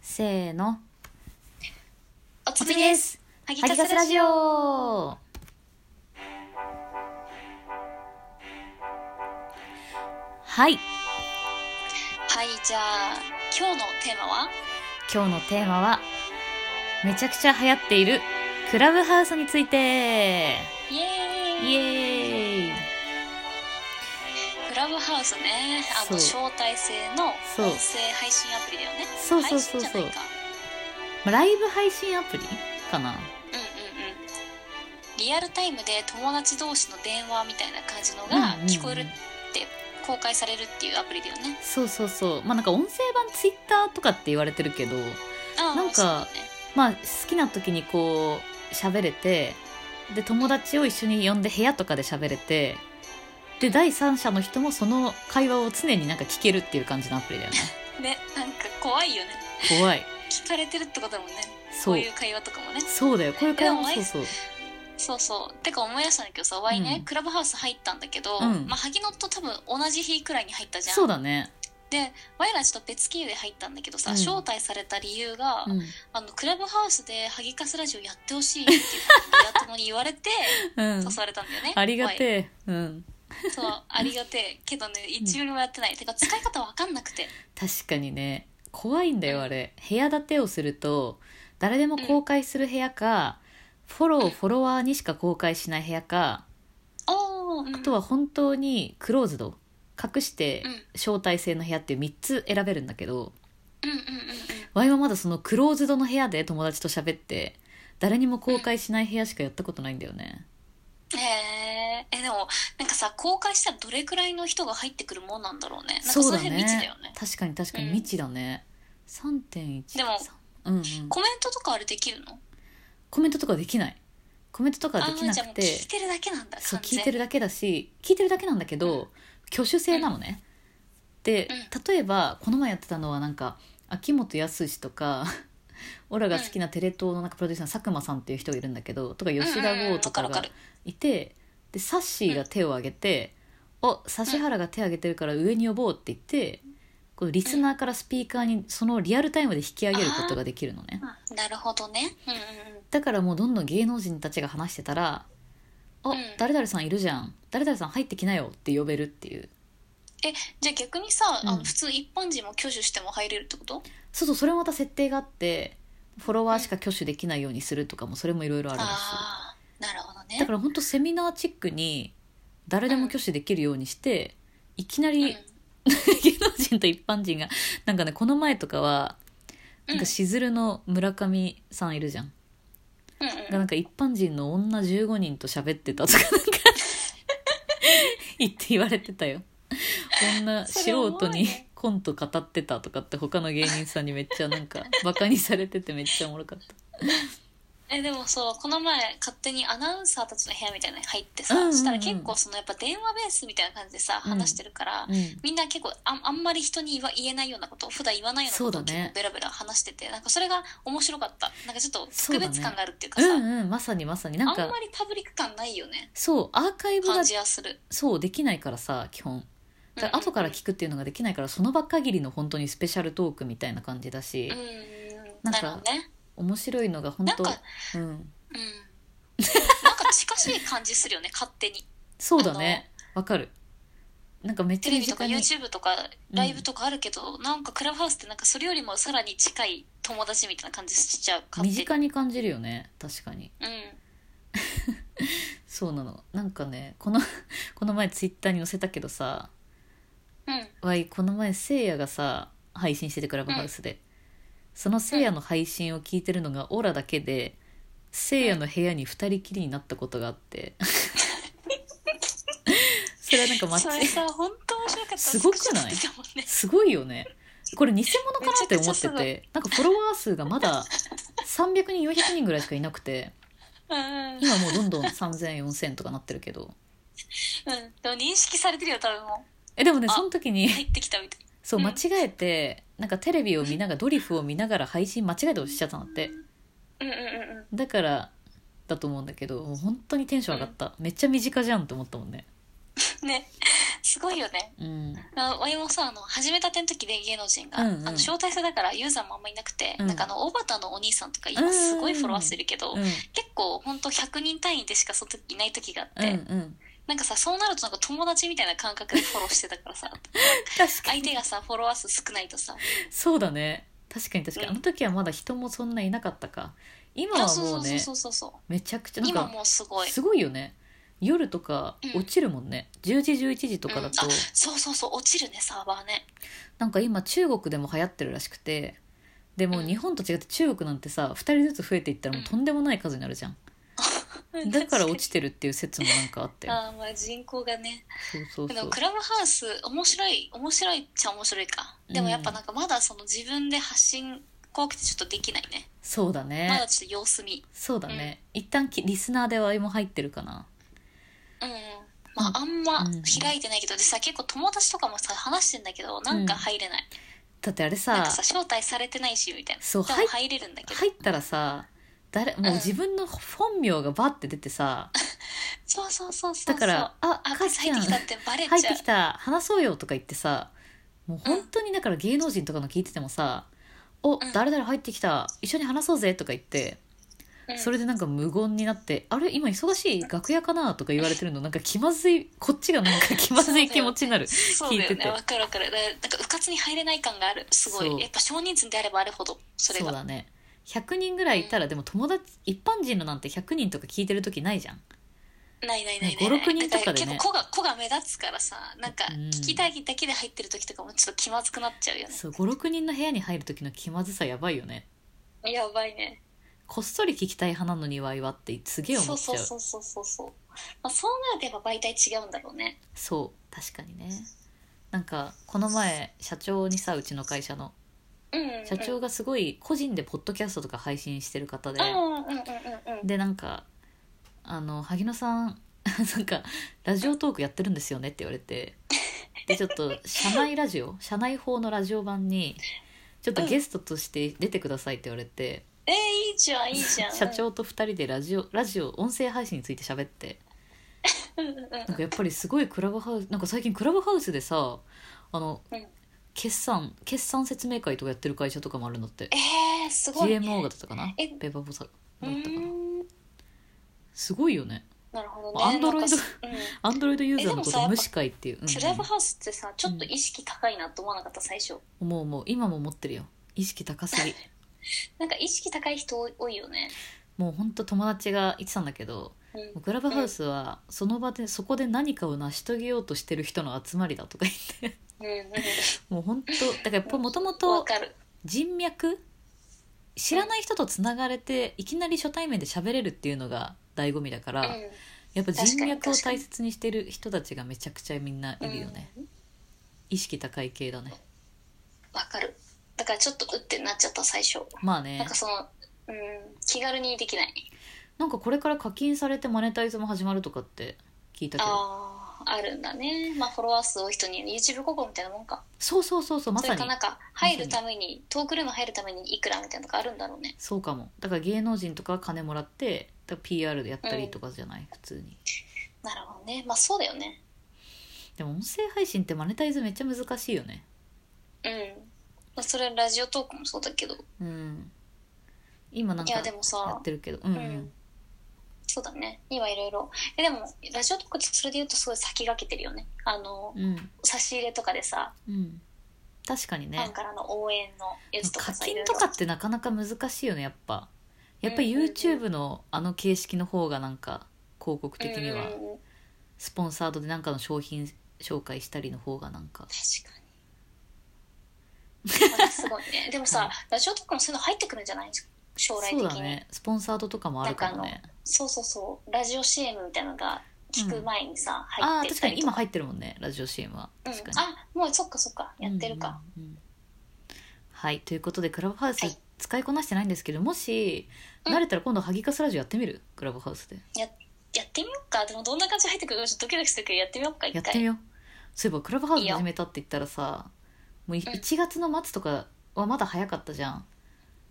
せーの。おつみです。す。ハギハギカスラジオ。はい。はい、じゃあ、今日のテーマは今日のテーマは、めちゃくちゃ流行っているクラブハウスについて。イエーイイエーイ。クラブハウスね。あの、そ招待制のそう音声配信アプリだよね。そうそうそうそう配信じゃないか。まあライブ配信アプリかな。うんうんうん。リアルタイムで友達同士の電話みたいな感じのがうんうんうん聞こえるって、公開されるっていうアプリだよね。そうそうそう。まあなんか音声版ツイッターとかって言われてるけど、ああ、なんかそうだねまあ好きな時にこう喋れてで友達を一緒に呼んで部屋とかで喋れてで第三者の人もその会話を常になんか聞けるっていう感じのアプリだよねね、なんか怖いよね。怖い聞かれてるってことだもんね。こそうういう会話とかもね。そうだよこういう会話もでもそうそうそうそう。てか思い出したんだけどさ、ワイね、うんクラブハウス入ったんだけど、うんまあ、萩野と多分同じ日くらいに入ったじゃん。そうだねで、ワイらちょっと別経由で入ったんだけどさ、うん招待された理由が、うん、あの、クラブハウスで萩カスラジオやってほしいっていうふうに、やともに言われて、うん誘、われたんだよね。ありがてえうんワイそう、ありがてえ。けどね、一ミリもやってない。てか、使い方わかんなくて。確かにね怖いんだよあれ部屋建てをすると誰でも公開する部屋か、フォローフォロワーにしか公開しない部屋かおー、うん、あとは本当にクローズド隠してうん招待制の部屋っていう3つ選べるんだけど、うんうんうんうん。ワイはまだそのクローズドの部屋で友達と喋って誰にも公開しない部屋しかやったことないんだよねえー、え、でも、なんかさ、公開したらどれくらいの人が入ってくるもんなんだろうね。なんかその辺未知だよね。確かに確かにうん未知だね、3.1でもうんうん、コメントとかあれできるのコメントとかできないコメントとかあできなーじゃあもくうて聞いてるだけなんだそう完聞全いてるだけだし聞いてるだけなんだけど、うん挙手制なのね、で例えばこの前やってたのはなんか秋元康とか オラが好きなテレ東のなんかプロデューサーの佐久間さんっていう人がいるんだけどとか吉田うんうんう剛んとかわかがるわいてでサッシーが手を挙げて「お指原が手を挙げてるから上に呼ぼう」って言ってこうリスナーからスピーカーにそのリアルタイムで引き上げることができるのね。かるなるほどねうんうんうんだからもうどんどん芸能人たちが話してたら「あ、うん誰々さんいるじゃん誰々さん入ってきなよ」って呼べるっていうじゃあ逆にさ、あうのん普通一般人も挙手しても入れるってことそうそうそれもまた設定があってフォロワーしか挙手できないようにするとかもそれもいろいろあるらしああなるほどいねだから本当セミナーチックに誰でも挙手できるようにして、いきなり芸能人と一般人がなんかねこの前とかはうなんんかしずるの村上さんいるじゃん、うんがなんか一般人の女15人と喋ってたとか なんか言って言われてたよ女それおも素ろ人いねにコント語ってたとかって他の芸人さんにめっちゃなんかバカにされててめっちゃおもろかったえでもそうこの前勝手にアナウンサーたちの部屋みたいなのに入ってさ、うんうんうんしたら結構そのやっぱ電話ベースみたいな感じでさうん話してるから、うんみんな結構あんあんまり人に言わ言えないようなこと普段言わないようなことそをうだ結ね構ベラベラ話してて、なんかそれが面白かったなんかちょっとそう特だね別感があるっていうかさうんうんまさにまさになんあんかまりパブリック感ないよねそうアーカイブが感じはするそうできないからさ基本だから後から聞くっていうのができないからその場限りの本当にスペシャルトークみたいな感じだしう、んなんなかるほどね面白いのが本当なんかうん、うんなんか近しい感じするよね勝 手にそうだねわかるなんかめっちテゃレビとか身近に YouTube とかライブとかあるけど、なんかクラブハウスってなんかそれよりもさらに近い友達みたいな感じしちゃう勝身手に近に感じるよね確かにうんそうなのなんかねこの この前ツイッターに載せたけどさうんわいこの前せいやがさ配信しててクラブハウスで、そのせいやの配信を聞いてるのがオラだけでせいやの部屋に2人きりになったことがあって それはなんか待それちさ本当面白かったすごくないスクショ撮ってたもんねすごいよねこれ偽物かなって思っめちてゃくちゃすごてなんかフォロワー数がまだ300人400人ぐらいしかいなくてうん今もうどんどん30004000とかなってるけどうんでも認識されてるよ多分もえでもねあその時にう入ってきたみたいそううん間違えて、なんかテレビを見ながらドリフを見ながら配信間違えて押しちゃったんだってうんうんうんうんだからだと思うんだけどもう本当にテンション上がった、めっちゃ身近じゃんって思ったもんねねすごいよね。うんあワイもさ、あの、始めたての時で芸能人が、うんうんあの、招待制だからユーザーもあんまいなくて、うんなんかあの、大畑のお兄さんとか今すごいフォロワー数いるけど、うん結構ほんと100人単位でしかその時いない時があっうんて、うんなんかさ、そうなるとなんか友達みたいな感覚でフォローしてたか らさ、確か相に手がさ、フォロワー数少ないとさ、そうだね確かに確かにうあんの時はまだ人もそんないなかったか今あはそうもうそうねそうそうそう。めちゃくちゃなん今かもうすごい。すごいよね夜とかうん落ちるもんね、10時11時とかだと、うんあそうそうそう、落ちるね、サーバーね。なんか今中国でも流行ってるらしくてでもうん日本と違って中国なんてさ2人ずつ増えていったらもうとんでもない数になるじゃん、だから落ちてるっていう説もなんかあって ああー、まあ人口がね。そうそうでそもうクラブハウス面白い面白いっちゃ面白いかでもやっぱなんかまだその自分で発信怖くてちょっとできないね、そうだね、まだちょっと様子見そうだね、一旦きリスナーではも入ってるかなうんうんまああんまうん開いてないけど、でさ結構友達とかもさ話してんだけどなんか入れない、だってあれなんさかさ招待されてないしみたいなそうでも入れるんだけど、入ったらさ誰もう自分の本名がバッて出てさ、そうそうそうそうだから「ああかカしスち入っゃんてきたっ入てバレちゃうってきた話そうよ」とか言ってさもう本当にだから芸能人とかの聞いててもさ「おん誰々入ってきた一緒に話そうぜ」とか言ってうんそれでなんか無言になって「あれ今忙しい楽屋かな?」とか言われてるのなんか気まずいこっちが なんか気まずい気持ちになるそうだ聞いよててねわかるわかるだからなんかうかつに入れない感があるすごそういやっぱ少人数であればあるほどそれそうがだね100人ぐらいいたらでも友達一般人のなんて100人とか聞いてる時ないじゃんないないなねいない5-6人とかでねなん結構子が子が目立つからさなんかうん聞きたいだけで入ってる時とかもちょっと気まずくなっちゃうよそう56人の部屋に入る時の気まずさやばいよねねやばいねこっそり聞きたい花の庭いはってすげえ思そっうちゃそううそうそうそうそうそう、まあ、そうなるとやっぱ媒体違うんだろうね確かにねなんかこの前社長にさうちの会社のうんうんうん社長がすごい個人でポッドキャストとか配信してる方で、うんうんうんうんうんでなんか「あの萩野さん なんかラジオトークやってるんですよね」って言われてでちょっと社内ラジオ社内法のラジオ版にちょっとゲストとして出てくださいって言われて、えー、いいじゃんいいじゃん社長と2人でラジオラジオ音声配信について喋ってうんうんうんうんなんかやっぱりすごいクラブハウスなんか最近クラブハウスでさあの、うん決算決算説明会とかやってる会社とかもあるんだってえー、すごい、ね、 GMO がだったかなえペーパーボサだうったかなーんすごいよねなるほどねアンドロイドなんかうアンドロイドユーザーのこえでもさやとっぱ無視会っていう、うんん、クラブハウスってさちょっと意識高いなと思わなかった最初うん、もうもう今も持ってるよ意識高すぎなんか意識高い人多い多いよねもうほんと友達が言ってたんだけどうんもうクラブハウスはその場でそこで何かを成し遂げようとしてる人の集まりだとか言ってうんうんもう本当だからやっぱもともうんわとかる人脈知らない人とつながれていきなり初対面で喋れるっていうのが醍醐味だから、うんやっぱ人確脈かをに確か大に切にしてる人たちがめちゃくちゃみんないるよね、うん意識高い系だねわかるだからちょっとうってなっちゃった最初まあねなんかそのうん気軽にできないなんかこれから課金されてマネタイズも始まるとかって聞いたけどあああるんだねまあフォロワー数多い人に YouTube 広告みたいなもんかそうそうそうそうまそされにかなんか入るためにトークルーム入るためにいくらみたいなのがあるんだろうねそうかもだから芸能人とかは金もらってだから PR でやったりとかじゃない、普通になるほどねまあそうだよねでも音声配信ってマネタイズめっちゃ難しいよねうんまあそれはラジオトークもそうだけどうん今なんいかややでもさってるけどうん、ううんんそうだね今いろいろえでもラジオトークってそれで言うとすごい先駆けてるよねあのうん、差し入れとかでさうん、確かにファンねからの応援のやつとか課さい金ろいとろかってなかなか難しいよねやっぱやっぱうんうんうん YouTube のあの形式の方がなんか広告的にはうんうんうんスポンサードでなんかの商品紹介したりの方がなんか確かにまあすごい ねでもさ、うんラジオとかもそういうの入ってくるんじゃない将来的そうにだねスポンサードとかもあるかもねそうそうそうラジオ CM みたいなのが聞く前にさ、あ入あーって確たかにりと今か入ってるもんねラジオ CM は確かに、うん、あもうそっかそっかやってるか、うんうんうんはいということでクラブハウス使いこなしてないんですけど、もしうん慣れたら今度ハギカスラジオやってみるクラブハウスでやってみようかでもどんな感じで入ってくるかちょっとドキドキするけどやってみようかや一って回みようそういえばクラブハウスいいよ始めたって言ったらさもういうん1月の末とかはまだ早かったじゃん、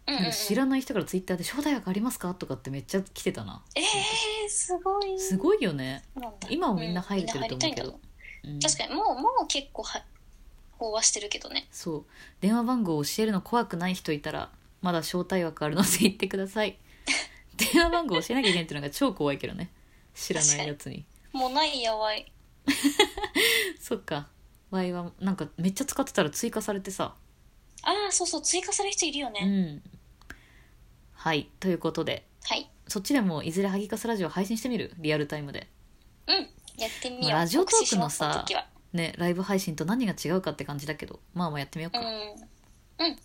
うんうんなんうんか知らない人からツイッターで「招待枠ありますか?」とかってめっちゃ来てたなえー、すごいすごいよねなんだ今もみんな入れてうると思うけど、みんな入りたいうんだん確かにもうもう結構は飽和してるけどねそう電話番号を教えるの怖くない人いたらまだ招待枠あるので言ってください 電話番号教えなきゃいけないっていうのが超怖いけどね知らないやつにもうないやわいそっか Y はなんかめっちゃ使ってたら追加されてさああそうそう追加される人いるよね、うんはいということではいそっちでもいずれハギカスラジオ配信してみるリアルタイムでうんやってみよう、まあラジオトークのさ告知しますねライブ配信と何が違うかって感じだけどまあまあやってみようそか、の時はうん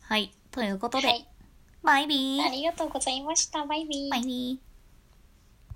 はいということで、はいバイビーありがとうございましたバイビーバイビー